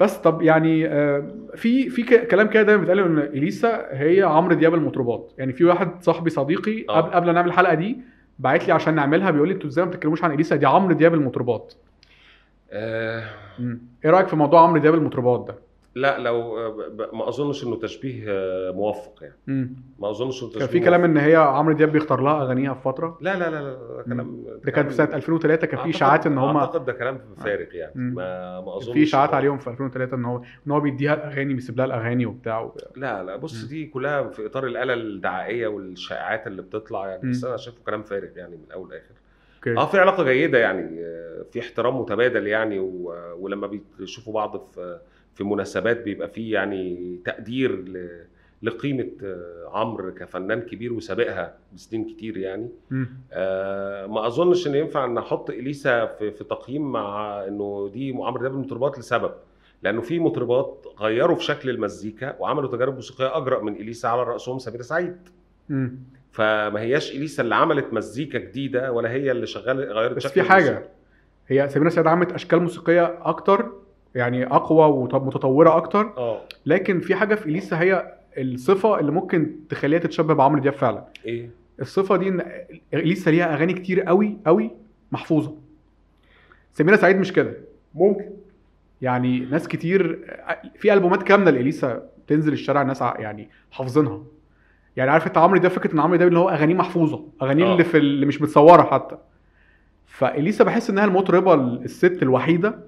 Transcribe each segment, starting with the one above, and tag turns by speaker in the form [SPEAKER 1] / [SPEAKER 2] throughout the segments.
[SPEAKER 1] بس طب يعني آه، في في ك- كلام كده دايما بيتقال ان اليسا هي عمرو دياب المطربات يعني في واحد صاحبي صديقي
[SPEAKER 2] آه.
[SPEAKER 1] قبل قبل ما نعمل الحلقه دي بعت لي عشان نعملها بيقول لي انتوا ازاي ما بتتكلموش عن اليسا دي عمرو دياب المطربات
[SPEAKER 2] آه
[SPEAKER 1] مم. ايه رايك في موضوع عمرو دياب المطربات ده
[SPEAKER 2] لا لو آه، ب- ب- ما اظنش انه تشبيه آه، موفق يعني
[SPEAKER 1] مم.
[SPEAKER 2] ما اظنش انه
[SPEAKER 1] كان
[SPEAKER 2] تشبيه
[SPEAKER 1] في كلام
[SPEAKER 2] موفق.
[SPEAKER 1] ان هي عمرو دياب بيختار لها اغانيها في فتره
[SPEAKER 2] لا لا لا لا ده كلام
[SPEAKER 1] ده كان في سنه 2003 كان في
[SPEAKER 2] أعتقد-
[SPEAKER 1] اشاعات ان هم
[SPEAKER 2] اعتقد ده كلام فارغ يعني
[SPEAKER 1] آه. مم.
[SPEAKER 2] ما ما اظنش
[SPEAKER 1] في اشاعات
[SPEAKER 2] إنه-
[SPEAKER 1] عليهم في 2003 ان هو ان هو بيديها الاغاني بيسيب لها الاغاني وبتاع و...
[SPEAKER 2] لا لا بص
[SPEAKER 1] مم.
[SPEAKER 2] دي كلها في اطار القلق الدعائيه والشائعات اللي بتطلع يعني بس
[SPEAKER 1] مم.
[SPEAKER 2] انا شايفه كلام فارغ يعني من الاول لاخر
[SPEAKER 1] اوكي
[SPEAKER 2] اه في علاقه جيده يعني آه، في احترام متبادل يعني و- ولما بيشوفوا بعض في في مناسبات بيبقى في يعني تقدير ل- لقيمه آه، عمرو كفنان كبير وسابقها بسنين كتير يعني
[SPEAKER 1] مم.
[SPEAKER 2] آه، ما اظنش ان ينفع ان احط اليسا في, في تقييم مع انه دي عمرو دياب المطربات لسبب لانه في مطربات غيروا في شكل المزيكا وعملوا تجارب موسيقيه اجرأ من اليسا على راسهم سميرة سعيد
[SPEAKER 1] مم.
[SPEAKER 2] فما هياش اليسا اللي عملت مزيكا جديده ولا هي اللي شغاله غيرت
[SPEAKER 1] بس
[SPEAKER 2] شكل
[SPEAKER 1] في
[SPEAKER 2] المزيكا.
[SPEAKER 1] حاجه هي سميرة سعيد عملت اشكال موسيقيه اكتر يعني اقوى ومتطوره اكتر
[SPEAKER 2] اه
[SPEAKER 1] لكن في حاجه في اليسا هي الصفه اللي ممكن تخليها تتشبه بعمرو دياب فعلا
[SPEAKER 2] ايه
[SPEAKER 1] الصفه دي ان اليسا ليها اغاني كتير قوي قوي محفوظه سميرة سعيد مش كده
[SPEAKER 2] ممكن
[SPEAKER 1] يعني ناس كتير في البومات كامله لاليسا تنزل الشارع الناس ع- يعني حافظينها يعني عارف انت عمرو دياب فكره ان عمرو دياب اللي هو اغانيه محفوظه اغانيه
[SPEAKER 2] آه.
[SPEAKER 1] اللي في اللي مش متصوره حتى فاليسا بحس انها المطربه الست الوحيده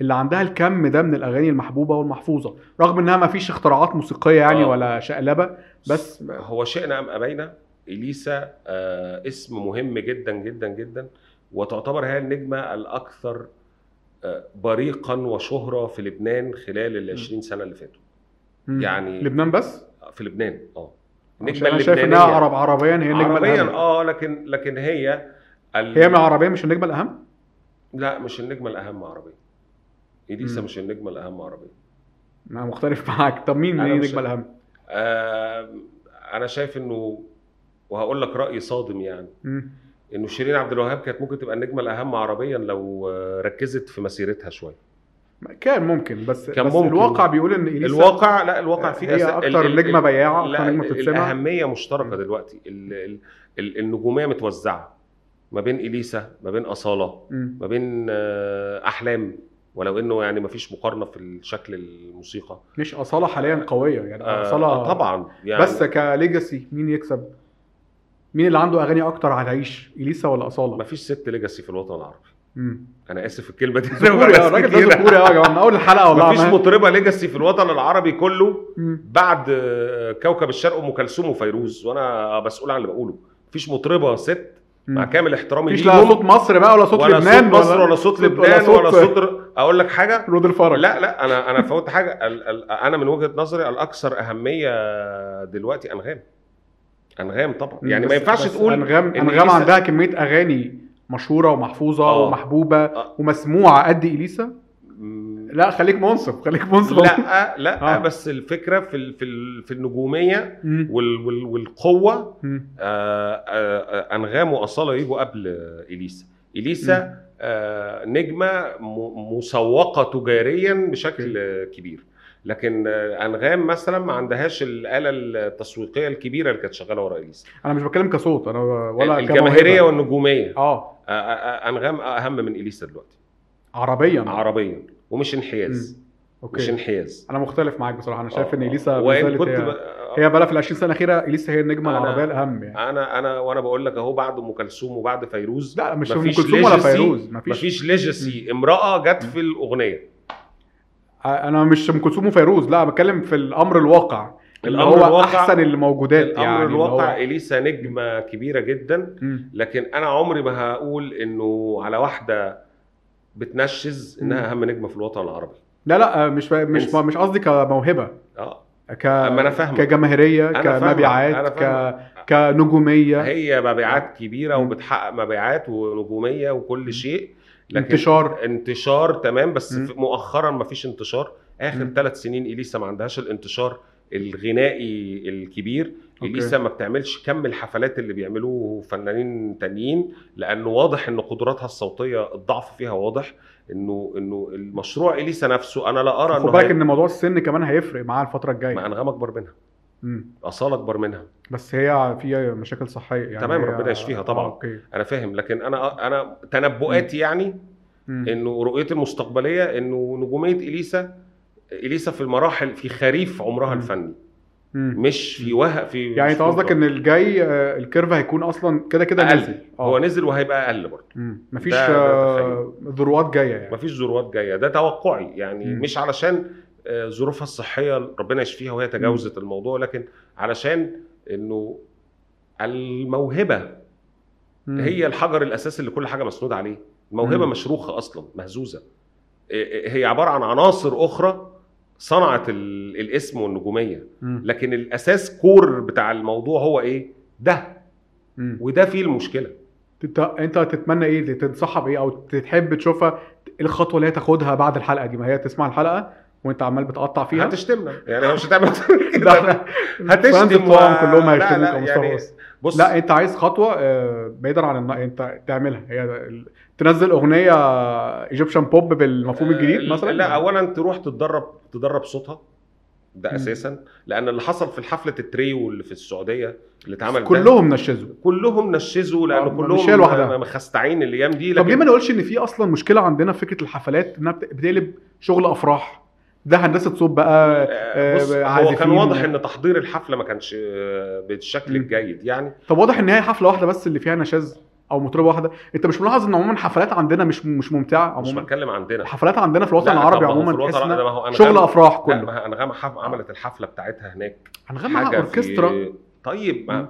[SPEAKER 1] اللي عندها الكم ده من الاغاني المحبوبه والمحفوظه رغم انها ما فيش اختراعات موسيقيه يعني
[SPEAKER 2] آه.
[SPEAKER 1] ولا شقلبه بس
[SPEAKER 2] هو شئنا ام ابينا اليسا آه اسم مهم جدا جدا جدا وتعتبر هي النجمه الاكثر آه، بريقا وشهره في لبنان خلال ال 20 سنه اللي فاتوا
[SPEAKER 1] مم.
[SPEAKER 2] يعني-
[SPEAKER 1] لبنان بس
[SPEAKER 2] في لبنان اه
[SPEAKER 1] عشان انا شايف انها عرب عربيا هي النجمه
[SPEAKER 2] عربيا
[SPEAKER 1] الاهم
[SPEAKER 2] اه لكن لكن هي ال...
[SPEAKER 1] هي من عربيه مش النجمه الاهم
[SPEAKER 2] لا مش النجمه الاهم عربيه اليسا
[SPEAKER 1] مم.
[SPEAKER 2] مش النجمه الاهم عربيه
[SPEAKER 1] انا مختلف معاك طب مين
[SPEAKER 2] أنا
[SPEAKER 1] هي
[SPEAKER 2] مش-
[SPEAKER 1] النجمه الاهم
[SPEAKER 2] آه انا شايف انه وهقول لك راي صادم يعني
[SPEAKER 1] مم.
[SPEAKER 2] انه شيرين عبد الوهاب كانت ممكن تبقى النجمه الاهم عربيا لو آه، ركزت في مسيرتها شويه
[SPEAKER 1] كان ممكن بس
[SPEAKER 2] كان
[SPEAKER 1] بس
[SPEAKER 2] ممكن.
[SPEAKER 1] الواقع بيقول ان اليسا
[SPEAKER 2] الواقع لا الواقع فيه
[SPEAKER 1] هي
[SPEAKER 2] أسا-
[SPEAKER 1] أكتر نجمة بياعة، أكتر
[SPEAKER 2] لا
[SPEAKER 1] نجمة
[SPEAKER 2] ال-
[SPEAKER 1] بتتسمع.
[SPEAKER 2] الاهميه مشتركه
[SPEAKER 1] مم.
[SPEAKER 2] دلوقتي ال... ال... ال- النجوميه متوزعه ما بين اليسا ما بين اصاله
[SPEAKER 1] مم.
[SPEAKER 2] ما بين آه، احلام ولو انه يعني ما فيش مقارنه في الشكل الموسيقى
[SPEAKER 1] مش اصاله حاليا قويه يعني
[SPEAKER 2] آه،
[SPEAKER 1] اصاله
[SPEAKER 2] آه، طبعا يعني
[SPEAKER 1] بس كليجاسي مين يكسب؟ مين اللي عنده اغاني اكتر هتعيش اليسا ولا
[SPEAKER 2] ما
[SPEAKER 1] اصاله؟
[SPEAKER 2] فيش ست ليجاسي في الوطن العربي
[SPEAKER 1] مم.
[SPEAKER 2] انا اسف الكلمه دي
[SPEAKER 1] ذكوري يا الراجل ده ذكوري يا جماعه من اول الحلقه والله
[SPEAKER 2] ما فيش
[SPEAKER 1] عمال-
[SPEAKER 2] مطربه ليجاسي في الوطن العربي كله
[SPEAKER 1] مم.
[SPEAKER 2] بعد آه، كوكب الشرق ام كلثوم وفيروز وانا مسؤول عن اللي بقوله مفيش مطربه ست مع
[SPEAKER 1] مم.
[SPEAKER 2] كامل احترامي
[SPEAKER 1] مفيش لا
[SPEAKER 2] ليهم
[SPEAKER 1] صوت مصر بقى ولا صوت
[SPEAKER 2] ولا صوت
[SPEAKER 1] لبنان
[SPEAKER 2] مصر ولا صوت لبنان ولا صوت اقول لك حاجه
[SPEAKER 1] رود الفرج
[SPEAKER 2] لا لا انا انا فوت حاجه ال ال انا من وجهه نظري الاكثر اهميه دلوقتي انغام انغام طبعا يعني
[SPEAKER 1] بس-
[SPEAKER 2] ما ينفعش
[SPEAKER 1] بس
[SPEAKER 2] تقول
[SPEAKER 1] انغام
[SPEAKER 2] إن
[SPEAKER 1] انغام
[SPEAKER 2] إليسا-
[SPEAKER 1] عندها كميه اغاني مشهوره ومحفوظه
[SPEAKER 2] آه.
[SPEAKER 1] ومحبوبه
[SPEAKER 2] آه.
[SPEAKER 1] ومسموعه قد اليسا
[SPEAKER 2] م-
[SPEAKER 1] لا خليك منصف خليك منصف
[SPEAKER 2] لا لا
[SPEAKER 1] آه.
[SPEAKER 2] بس الفكره في ال- في ال- في النجوميه
[SPEAKER 1] مم.
[SPEAKER 2] وال وال والقوه
[SPEAKER 1] مم.
[SPEAKER 2] آه، آه، آه، انغام واصاله يجوا قبل اليسا اليسا آه، نجمه م- مسوقه تجاريا بشكل آه، كبير لكن آه، انغام مثلا ما عندهاش الاله التسويقيه الكبيره اللي كانت شغاله ورا اليسا
[SPEAKER 1] انا مش بتكلم كصوت انا ولا
[SPEAKER 2] الجماهيريه
[SPEAKER 1] كموهبة.
[SPEAKER 2] والنجوميه
[SPEAKER 1] اه
[SPEAKER 2] آه، آه، آه، انغام اهم من اليسا دلوقتي
[SPEAKER 1] عربيا
[SPEAKER 2] عربيا ومش انحياز مش
[SPEAKER 1] اوكي
[SPEAKER 2] انحياز
[SPEAKER 1] انا مختلف معاك بصراحه انا شايف ان
[SPEAKER 2] آه،
[SPEAKER 1] اليسا
[SPEAKER 2] آه.
[SPEAKER 1] ما
[SPEAKER 2] وان
[SPEAKER 1] زالت
[SPEAKER 2] كنت
[SPEAKER 1] هي
[SPEAKER 2] ب- آه.
[SPEAKER 1] هي بلا في ال 20 سنه الاخيره اليسا هي النجمه
[SPEAKER 2] أنا-
[SPEAKER 1] العربيه الاهم يعني
[SPEAKER 2] انا انا وانا بقول لك اهو بعد ام كلثوم وبعد فيروز
[SPEAKER 1] لا مش ام
[SPEAKER 2] مفيش
[SPEAKER 1] كلثوم ولا
[SPEAKER 2] legacy،
[SPEAKER 1] فيروز مفيش
[SPEAKER 2] مفيش ليجاسي امراه جت في الاغنيه
[SPEAKER 1] انا آه، مش ام كلثوم وفيروز لا بتكلم في الامر الواقع اللي
[SPEAKER 2] الامر
[SPEAKER 1] هو
[SPEAKER 2] الواقع
[SPEAKER 1] احسن الموجودات يعني
[SPEAKER 2] الامر
[SPEAKER 1] اللي هو-
[SPEAKER 2] الواقع اليسا نجمه كبيره جدا
[SPEAKER 1] مم.
[SPEAKER 2] لكن انا عمري ما هقول انه على واحده بتنشز انها اهم نجمه في الوطن العربي
[SPEAKER 1] لا لا آه، مش مش
[SPEAKER 2] انسى.
[SPEAKER 1] مش قصدي كموهبه
[SPEAKER 2] اه
[SPEAKER 1] ك
[SPEAKER 2] أما أنا فاهمك.
[SPEAKER 1] كجماهيريه
[SPEAKER 2] أنا فاهمك. أنا
[SPEAKER 1] كمبيعات ك...
[SPEAKER 2] فاهمك.
[SPEAKER 1] كنجوميه
[SPEAKER 2] هي مبيعات كبيره
[SPEAKER 1] مم.
[SPEAKER 2] وبتحقق مبيعات ونجوميه وكل شيء لكن
[SPEAKER 1] انتشار
[SPEAKER 2] انتشار تمام بس
[SPEAKER 1] مم.
[SPEAKER 2] في- مؤخرا ما فيش انتشار اخر
[SPEAKER 1] مم.
[SPEAKER 2] ثلاث سنين اليسا ما عندهاش الانتشار الغنائي الكبير
[SPEAKER 1] أوكي.
[SPEAKER 2] اليسا ما بتعملش كم الحفلات اللي بيعملوه فنانين تانيين لانه واضح ان قدراتها الصوتيه الضعف فيها واضح انه انه المشروع اليسا نفسه انا لا ارى
[SPEAKER 1] خد
[SPEAKER 2] انه
[SPEAKER 1] بالك
[SPEAKER 2] هي...
[SPEAKER 1] ان موضوع السن كمان هيفرق معاه الفتره
[SPEAKER 2] ما
[SPEAKER 1] الجايه
[SPEAKER 2] انغام اكبر منها
[SPEAKER 1] مم.
[SPEAKER 2] اصاله اكبر منها
[SPEAKER 1] بس هي فيها مشاكل صحيه يعني
[SPEAKER 2] تمام،
[SPEAKER 1] هي-
[SPEAKER 2] ربنا يشفيها طبعاً.
[SPEAKER 1] آه، اوكي
[SPEAKER 2] انا فاهم لكن انا انا تنبؤاتي يعني
[SPEAKER 1] مم.
[SPEAKER 2] انه رؤيتي المستقبليه انه نجوميه اليسا اليسا في المراحل في خريف عمرها
[SPEAKER 1] مم.
[SPEAKER 2] الفني
[SPEAKER 1] مم.
[SPEAKER 2] مش في وهق في
[SPEAKER 1] يعني انت قصدك ان الجاي آه، الكيرف هيكون اصلا كده كده
[SPEAKER 2] أقل.
[SPEAKER 1] نازل
[SPEAKER 2] هو
[SPEAKER 1] اه
[SPEAKER 2] نزل وهيبقى اقل برضه
[SPEAKER 1] مم. مفيش
[SPEAKER 2] ده- ده
[SPEAKER 1] آه، ذروات جايه يعني
[SPEAKER 2] مفيش ذروات جايه ده توقعي يعني
[SPEAKER 1] مم.
[SPEAKER 2] مش علشان آه، ظروفها الصحيه ربنا يشفيها وهي تجاوزت الموضوع لكن علشان انه الموهبه
[SPEAKER 1] مم.
[SPEAKER 2] هي الحجر الاساسي اللي كل حاجه مسنود عليه الموهبه
[SPEAKER 1] مم.
[SPEAKER 2] مشروخه اصلا مهزوزه إيه- إيه- هي عباره عن عناصر اخرى صنعت ال- الاسم والنجوميه
[SPEAKER 1] مم.
[SPEAKER 2] لكن الاساس كور بتاع الموضوع هو ايه ده
[SPEAKER 1] مم.
[SPEAKER 2] وده فيه المشكله
[SPEAKER 1] انت انت تتمنى ايه تنصحها بايه او تحب تشوفها ايه الخطوه اللي هي تاخدها بعد الحلقه دي ما هي تسمع الحلقه وانت عمال بتقطع فيها
[SPEAKER 2] هتشتمنا يعني هو مش هتعمل كده
[SPEAKER 1] ده احنا
[SPEAKER 2] هتشتم
[SPEAKER 1] الفانز بتوعهم
[SPEAKER 2] و-
[SPEAKER 1] كلهم
[SPEAKER 2] لا،
[SPEAKER 1] هيشتموك
[SPEAKER 2] لا،
[SPEAKER 1] يا
[SPEAKER 2] يعني-
[SPEAKER 1] مصطفى بس.
[SPEAKER 2] بص
[SPEAKER 1] لا انت عايز خطوه آه، بعيدا عن الن... انت تعملها هي ال- تنزل اغنيه ايجيبشن بوب بالمفهوم الجديد
[SPEAKER 2] آه،
[SPEAKER 1] مثلا
[SPEAKER 2] لا اولا تروح تتدرب تدرب صوتها ده
[SPEAKER 1] مم.
[SPEAKER 2] اساسا لان اللي حصل في الحفله التريو اللي في السعوديه اللي اتعمل ده،
[SPEAKER 1] كلهم نشزوا
[SPEAKER 2] كلهم نشزوا
[SPEAKER 1] آه،
[SPEAKER 2] لان
[SPEAKER 1] مش
[SPEAKER 2] كلهم
[SPEAKER 1] هي لوحدها.
[SPEAKER 2] مخستعين الايام دي
[SPEAKER 1] طب ليه ما
[SPEAKER 2] لكن
[SPEAKER 1] نقولش ان في اصلا مشكله عندنا في فكره الحفلات انها بت- بتقلب شغل افراح ده هندسه صوت بقى
[SPEAKER 2] آه، بص
[SPEAKER 1] آه،
[SPEAKER 2] هو كان
[SPEAKER 1] عازفين
[SPEAKER 2] واضح
[SPEAKER 1] و-
[SPEAKER 2] ان تحضير الحفله ما كانش آه، بالشكل
[SPEAKER 1] مم.
[SPEAKER 2] الجيد يعني
[SPEAKER 1] طب واضح ان هي حفله واحده بس اللي فيها نشاز او مطربه واحده انت مش ملاحظ ان عموما حفلات عندنا مش مش ممتعه
[SPEAKER 2] مش
[SPEAKER 1] عموما
[SPEAKER 2] بتكلم عندنا
[SPEAKER 1] الحفلات عندنا في الوطن
[SPEAKER 2] لا،
[SPEAKER 1] العربي
[SPEAKER 2] طب ما هو في
[SPEAKER 1] عموما
[SPEAKER 2] الوطن
[SPEAKER 1] تحس
[SPEAKER 2] العربي
[SPEAKER 1] إنها
[SPEAKER 2] ده ما هو أنغام-
[SPEAKER 1] شغل افراح
[SPEAKER 2] لا،
[SPEAKER 1] كله
[SPEAKER 2] ما هي انغام حف- عملت الحفله بتاعتها هناك
[SPEAKER 1] هنغني معاها
[SPEAKER 2] حاجة
[SPEAKER 1] اوركسترا
[SPEAKER 2] في... طيب ما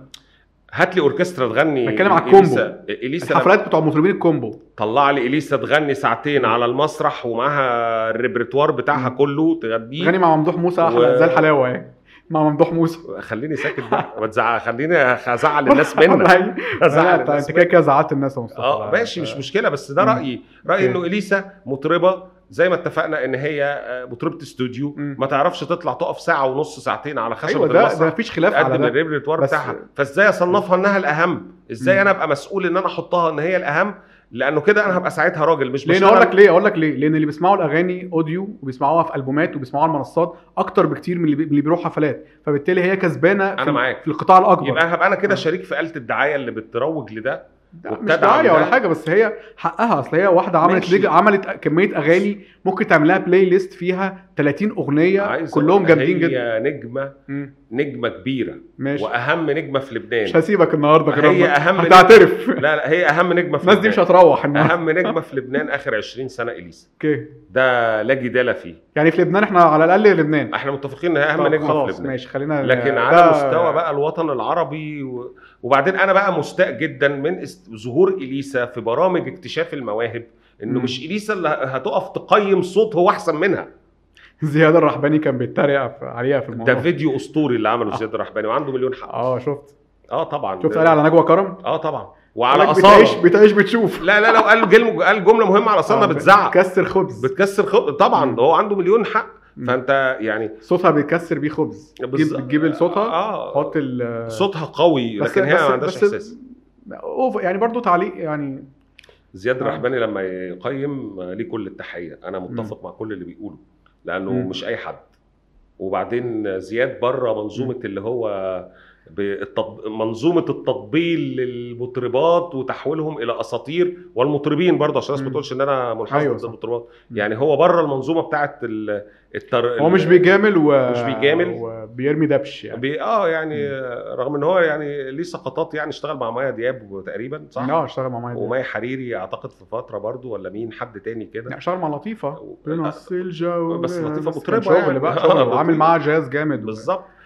[SPEAKER 2] هات لي اوركسترا تغني
[SPEAKER 1] بتكلم على الكومبو.
[SPEAKER 2] إليسا, إليسا لما-
[SPEAKER 1] الحفلات بتوع مطربين الكومبو
[SPEAKER 2] طلع لي اليسا تغني ساعتين على المسرح ومعاها الريبرتوار بتاعها
[SPEAKER 1] مم.
[SPEAKER 2] كله تغنيه
[SPEAKER 1] غني مع ممدوح موسى
[SPEAKER 2] و-
[SPEAKER 1] احلى زي الحلاوه يعني مع ممدوح موسى
[SPEAKER 2] خليني ساكت بقى ما تزعق خليني هزعل الناس منك هزعل
[SPEAKER 1] انت
[SPEAKER 2] الناس
[SPEAKER 1] انت
[SPEAKER 2] منك.
[SPEAKER 1] كده كده زعلت الناس يا مصطفى
[SPEAKER 2] اه ماشي مش مشكله بس ده
[SPEAKER 1] طيب، مم.
[SPEAKER 2] رايي رايي
[SPEAKER 1] أوكي.
[SPEAKER 2] انه اليسا مطربه زي ما اتفقنا ان هي آه، مطربه استوديو
[SPEAKER 1] مم.
[SPEAKER 2] ما تعرفش تطلع تقف ساعه ونص ساعتين على خشبه
[SPEAKER 1] ايوه ده ده
[SPEAKER 2] المسرح
[SPEAKER 1] مفيش خلاف
[SPEAKER 2] تقدم
[SPEAKER 1] على ده
[SPEAKER 2] الريبرتوار
[SPEAKER 1] بس-
[SPEAKER 2] بتاعها فازاي اصنفها انها الاهم ازاي
[SPEAKER 1] مم.
[SPEAKER 2] انا ابقى مسؤول ان انا احطها ان هي الاهم لانه كده انا هبقى ساعتها راجل مش
[SPEAKER 1] لان
[SPEAKER 2] بشتغل-
[SPEAKER 1] اقول لك ليه اقول لك ليه لان اللي بيسمعوا الاغاني اوديو وبيسمعوها في البومات وبيسمعوها على المنصات اكتر بكتير من اللي بي- اللي بيروح حفلات فبالتالي هي كسبانه
[SPEAKER 2] أنا
[SPEAKER 1] في,
[SPEAKER 2] معاك.
[SPEAKER 1] في القطاع الاكبر
[SPEAKER 2] يبقى هبقى انا كده
[SPEAKER 1] آه.
[SPEAKER 2] شريك في آلة الدعايه اللي بتروج لده
[SPEAKER 1] ده مش
[SPEAKER 2] وبتدعم
[SPEAKER 1] دعايه
[SPEAKER 2] ده.
[SPEAKER 1] ولا حاجه بس هي حقها اصل هي واحده عملت
[SPEAKER 2] ماشي.
[SPEAKER 1] ليج... عملت كميه اغاني ممكن تعمل لها بلاي ليست فيها 30 اغنيه
[SPEAKER 2] عايز
[SPEAKER 1] كلهم
[SPEAKER 2] أقول لك
[SPEAKER 1] جامدين جدا
[SPEAKER 2] هي نجمه
[SPEAKER 1] مم.
[SPEAKER 2] نجمه كبيره
[SPEAKER 1] ماشي
[SPEAKER 2] واهم نجمه في
[SPEAKER 1] مش
[SPEAKER 2] لبنان
[SPEAKER 1] هسيبك النهارده كده
[SPEAKER 2] هي أهم
[SPEAKER 1] هتعترف
[SPEAKER 2] لا لا هي اهم نجمه في
[SPEAKER 1] الناس دي مش
[SPEAKER 2] لبنان
[SPEAKER 1] هتروح النهارده
[SPEAKER 2] اهم نجمه في لبنان اخر 20 سنه اليسا
[SPEAKER 1] اوكي
[SPEAKER 2] ده لا جدال فيه
[SPEAKER 1] يعني في لبنان احنا على الاقل لبنان
[SPEAKER 2] احنا متفقين ان هي اهم
[SPEAKER 1] طب
[SPEAKER 2] نجمه في
[SPEAKER 1] خلاص
[SPEAKER 2] لبنان
[SPEAKER 1] ماشي خلينا
[SPEAKER 2] لكن
[SPEAKER 1] ده-
[SPEAKER 2] على مستوى بقى الوطن العربي و... وبعدين انا بقى مستاء جدا من است- ظهور اليسا في برامج اكتشاف المواهب انه
[SPEAKER 1] مم.
[SPEAKER 2] مش اليسا اللي هتقف تقيم صوت هو احسن منها
[SPEAKER 1] زياد الرحباني كان بيتريق عليها في الموضوع
[SPEAKER 2] ده فيديو اسطوري اللي
[SPEAKER 1] آه.
[SPEAKER 2] عمله زياد الرحباني وعنده مليون حق
[SPEAKER 1] اه شفت
[SPEAKER 2] اه طبعا
[SPEAKER 1] شفت
[SPEAKER 2] ده-
[SPEAKER 1] قال على نجوى كرم
[SPEAKER 2] اه طبعا وعلى
[SPEAKER 1] قالك بتعيش
[SPEAKER 2] اصاله
[SPEAKER 1] بتعيش بتشوف
[SPEAKER 2] لا لا لو قال جل... قال جمله مهمه على اصاله
[SPEAKER 1] آه،
[SPEAKER 2] بتزعق
[SPEAKER 1] بتكسر خبز
[SPEAKER 2] بتكسر خط طبعا
[SPEAKER 1] مم.
[SPEAKER 2] ده هو عنده مليون حق
[SPEAKER 1] مم.
[SPEAKER 2] فانت يعني
[SPEAKER 1] صوتها بيكسر بيه خبز
[SPEAKER 2] بز-
[SPEAKER 1] تجيب تجيب صوتها
[SPEAKER 2] اه
[SPEAKER 1] حط ال
[SPEAKER 2] صوتها قوي
[SPEAKER 1] بس-
[SPEAKER 2] لكن هي
[SPEAKER 1] بس-
[SPEAKER 2] ما عندهاش
[SPEAKER 1] بس-
[SPEAKER 2] احساس
[SPEAKER 1] اوفر يعني برضو تعليق يعني
[SPEAKER 2] زياد
[SPEAKER 1] آه.
[SPEAKER 2] الرحباني لما يقيم آه، ليه كل التحيه انا متفق مع كل اللي بيقوله لانه
[SPEAKER 1] مم.
[SPEAKER 2] مش اي حد وبعدين زياد بره منظومه اللي هو بالتط... منظومه التطبيل للمطربات وتحويلهم الى اساطير والمطربين برضه عشان الناس ما
[SPEAKER 1] مم.
[SPEAKER 2] تقولش ان انا منحاز
[SPEAKER 1] أيوة
[SPEAKER 2] ضد
[SPEAKER 1] صح.
[SPEAKER 2] المطربات
[SPEAKER 1] مم.
[SPEAKER 2] يعني هو بره المنظومه بتاعت ال... التر...
[SPEAKER 1] هو مش
[SPEAKER 2] ال-
[SPEAKER 1] بيجامل و
[SPEAKER 2] مش بيجامل.
[SPEAKER 1] وبيرمي دبش يعني
[SPEAKER 2] بي... اه يعني
[SPEAKER 1] مم.
[SPEAKER 2] آه، رغم ان هو يعني ليه سقطات يعني اشتغل مع مايا دياب تقريبا صح؟
[SPEAKER 1] اه اشتغل مع مايا
[SPEAKER 2] ومايا حريري اعتقد في فتره برضه ولا مين حد تاني كده
[SPEAKER 1] لا، اشتغل مع لطيفه بين
[SPEAKER 2] آه،
[SPEAKER 1] السلجة و...
[SPEAKER 2] بس لطيفة
[SPEAKER 1] كان
[SPEAKER 2] مطربة
[SPEAKER 1] شغل
[SPEAKER 2] يعني.
[SPEAKER 1] بقى
[SPEAKER 2] آه،
[SPEAKER 1] شغل
[SPEAKER 2] لطيفة.
[SPEAKER 1] وعامل معاها جاز جامد و-
[SPEAKER 2] بالظبط